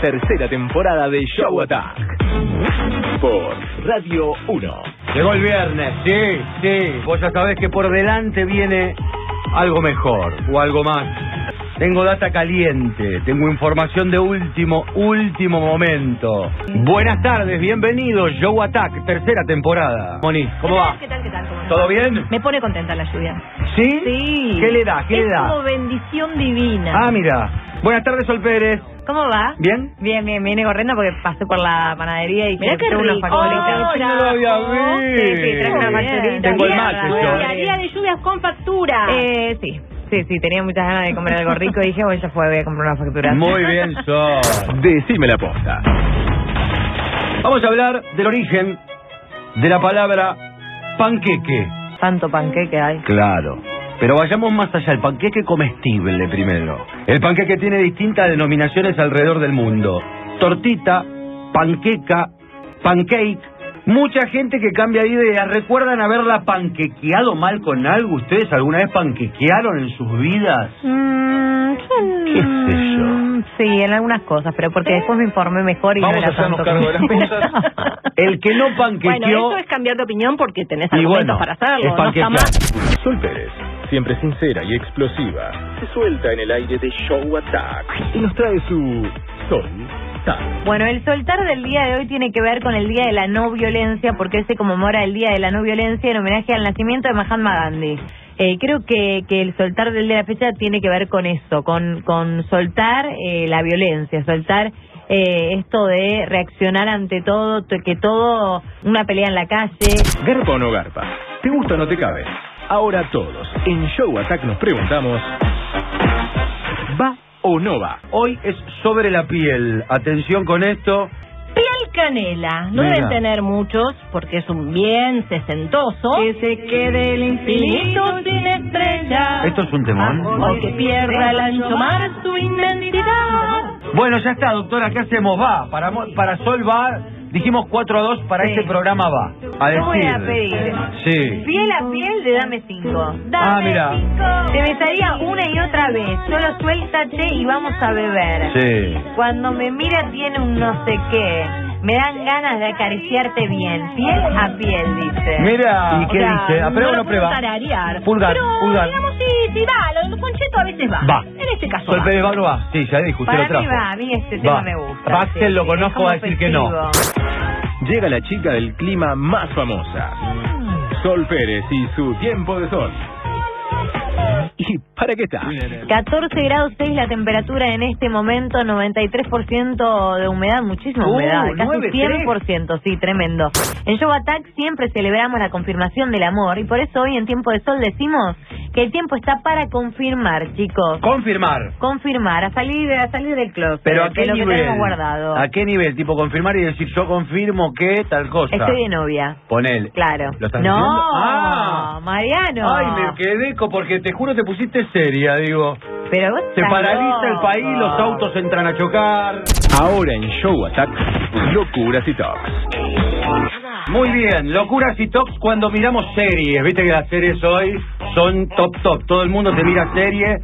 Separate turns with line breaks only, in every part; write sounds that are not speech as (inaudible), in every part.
tercera temporada de Show Attack. Por Radio 1.
Llegó el viernes, sí, sí. Vos ya sabés que por delante viene algo mejor o algo más. Tengo data caliente, tengo información de último, último momento. Buenas tardes, bienvenidos, Show Attack, tercera temporada. Moni, ¿cómo va?
¿Qué tal, qué tal? ¿Cómo
¿Todo
estás?
bien?
Me pone contenta la lluvia.
¿Sí?
Sí.
¿Qué le da? ¿Qué
es
le da?
como bendición divina.
Ah, mira. Buenas tardes, Sol Pérez.
¿Cómo va?
¿Bien?
Bien, bien, me viene corriendo porque pasé por la panadería y
Mirá qué
compré unas
rico.
facturitas.
Ay, no Ah, lo había visto.
Oh, Sí, sí, traje unas
Muy bien.
facturitas.
Tengo el
Bien,
mate,
muy
yo. eh.
bien.
Diaria de lluvias con factura.
Eh, sí, sí, sí, tenía muchas ganas de comer algo rico y dije, bueno, ya fue, voy a comprar una factura.
Muy bien, Sol.
Decime la posta.
Vamos a hablar del origen de la palabra panqueque.
Tanto panqueque hay.
Claro. Pero vayamos más allá, el panqueque comestible primero. El panqueque tiene distintas denominaciones alrededor del mundo. Tortita, panqueca, pancake. Mucha gente que cambia de idea, ¿recuerdan haberla panquequeado mal con algo? ¿Ustedes alguna vez panquequearon en sus vidas?
Mm,
¿Qué sé yo?
mm, Eh. Sí, en algunas cosas, pero porque después me informé mejor y no
Vamos a
era
hacernos
tanto
cargo de las
como-
cosas. El que
(laughs)
no
bueno,
panquequeó...
eso es cambiar de opinión porque tenés
y
argumentos
bueno,
para hacerlo.
es
no está mal.
panquequear.
Sol Pérez, siempre sincera y explosiva, se suelta en el aire de Show Attack y nos trae su Sol Tac.
Bueno, el soltar del día de hoy tiene que ver con el Día de la No Violencia, porque hoy se conmemora el Día de la No Violencia en homenaje al nacimiento de Mahatma Gandhi. Eh, creo que, que el soltar del día de la fecha tiene que ver con eso, con, con soltar eh, la violencia, soltar eh, esto de reaccionar ante todo, t- que todo, una pelea en la calle.
¿Garpa o no garpa? ¿Te gusta o no te cabe? Ahora todos, en Show Attack nos preguntamos... ¿Va o no va?
Hoy es sobre la piel. Atención con esto.
Piel canela. No
Mira.
deben tener muchos porque es un bien sesentoso. Que se quede el infinito sin estrella.
Esto es un temón.
O que pierda el ancho mar su inmensidad.
Bueno, ya está, doctora, ¿qué hacemos? Va, para, mo- para Sol va, dijimos 4 a 2, para
Sí.
este programa va. A
Yo voy
decir.
a pedir.
Sí.
Piel a piel de dame cinco.
Ah, mira.
Te besaría una y otra vez. Solo suéltate y vamos a beber.
Sí.
Cuando me mira tiene un no sé qué. Me dan ganas de acariciarte bien, piel a piel, dice.
Mira. ¿Y
O
qué
sea,
dice? ¿A prueba o
no
no
lo
prueba?
puedo Ah, tararear.
Pulgar,
Pero,
pulgar.
digamos, sí, sí va. Lo del poncheto a veces va.
Va.
En este caso
Sol
va.
Pérez va o no va. Sí, ya dijo, usted
Para
lo trajo.
mí va, a mí este tema
Va.
me gusta.
Va, Axel,
sí,
lo
sí,
conozco,
es
va a decir que no.
como
Llega la chica del clima más famosa, Sol Pérez y su tiempo de sol. ¿Y para qué está?
festivo. 14 grados 6 la temperatura en este momento, 93% de humedad, muchísima
Uh,
humedad, casi
9,3.
100%, sí, tremendo. En Show Attack siempre celebramos la confirmación del amor y por eso hoy en Tiempo de Sol decimos que el tiempo está para confirmar, chicos.
Confirmar.
confirmar, a salir, a salir del closet.
Pero a
de
qué
lo que
nivel.
tenemos guardado.
¿A qué nivel? Tipo confirmar y decir yo confirmo que tal cosa.
Estoy de novia.
Ponele.
Claro.
¿Lo estás
no,
diciendo? Ah.
Mariano.
Ay, me quedé co- porque te juro te pusiste seria, digo.
Pero vos
Se
estás
paraliza el
loco.
país, los autos entran a chocar.
Ahora en Show Attack, locuras y tops.
Muy bien, locuras y tops cuando miramos series. Viste que las series hoy son top top. Todo el mundo se mira serie,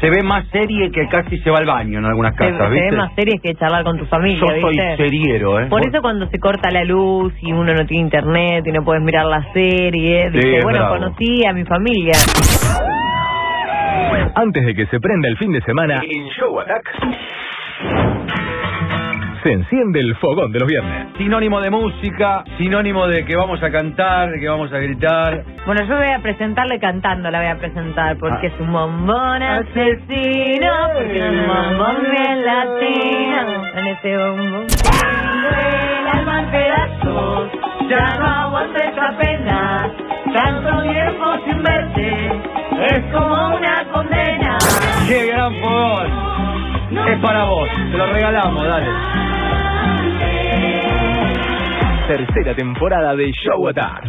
se ve más serie que casi se va al baño en algunas
Se,
casas,
se
¿viste?
ve más series que charlar con tu familia,
Yo soy
¿viste?
seriero, ¿eh?
Por eso cuando se corta la luz y uno no tiene internet y no puedes mirar la serie,
Sí,
dice,
es
bueno,
bravo.
conocí a mi familia.
Antes de que se prenda el fin de semana, en Show Attack se enciende el fogón de los viernes.
Sinónimo de música, sinónimo de que vamos a cantar, de que vamos a gritar.
Bueno, yo voy a presentarle cantando, la voy a presentar, porque
Ah.
es un bombón asesino, porque es un bombón bien latino. En ese bombón tengo el alma en pedazos, ya no aguanto esta pena, tanto tiempo sin verte, es como una condena.
¡Qué gran fogón! Es para vos, te lo regalamos, dale.
Tercera temporada de Show Attack.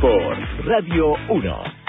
Por Radio 1.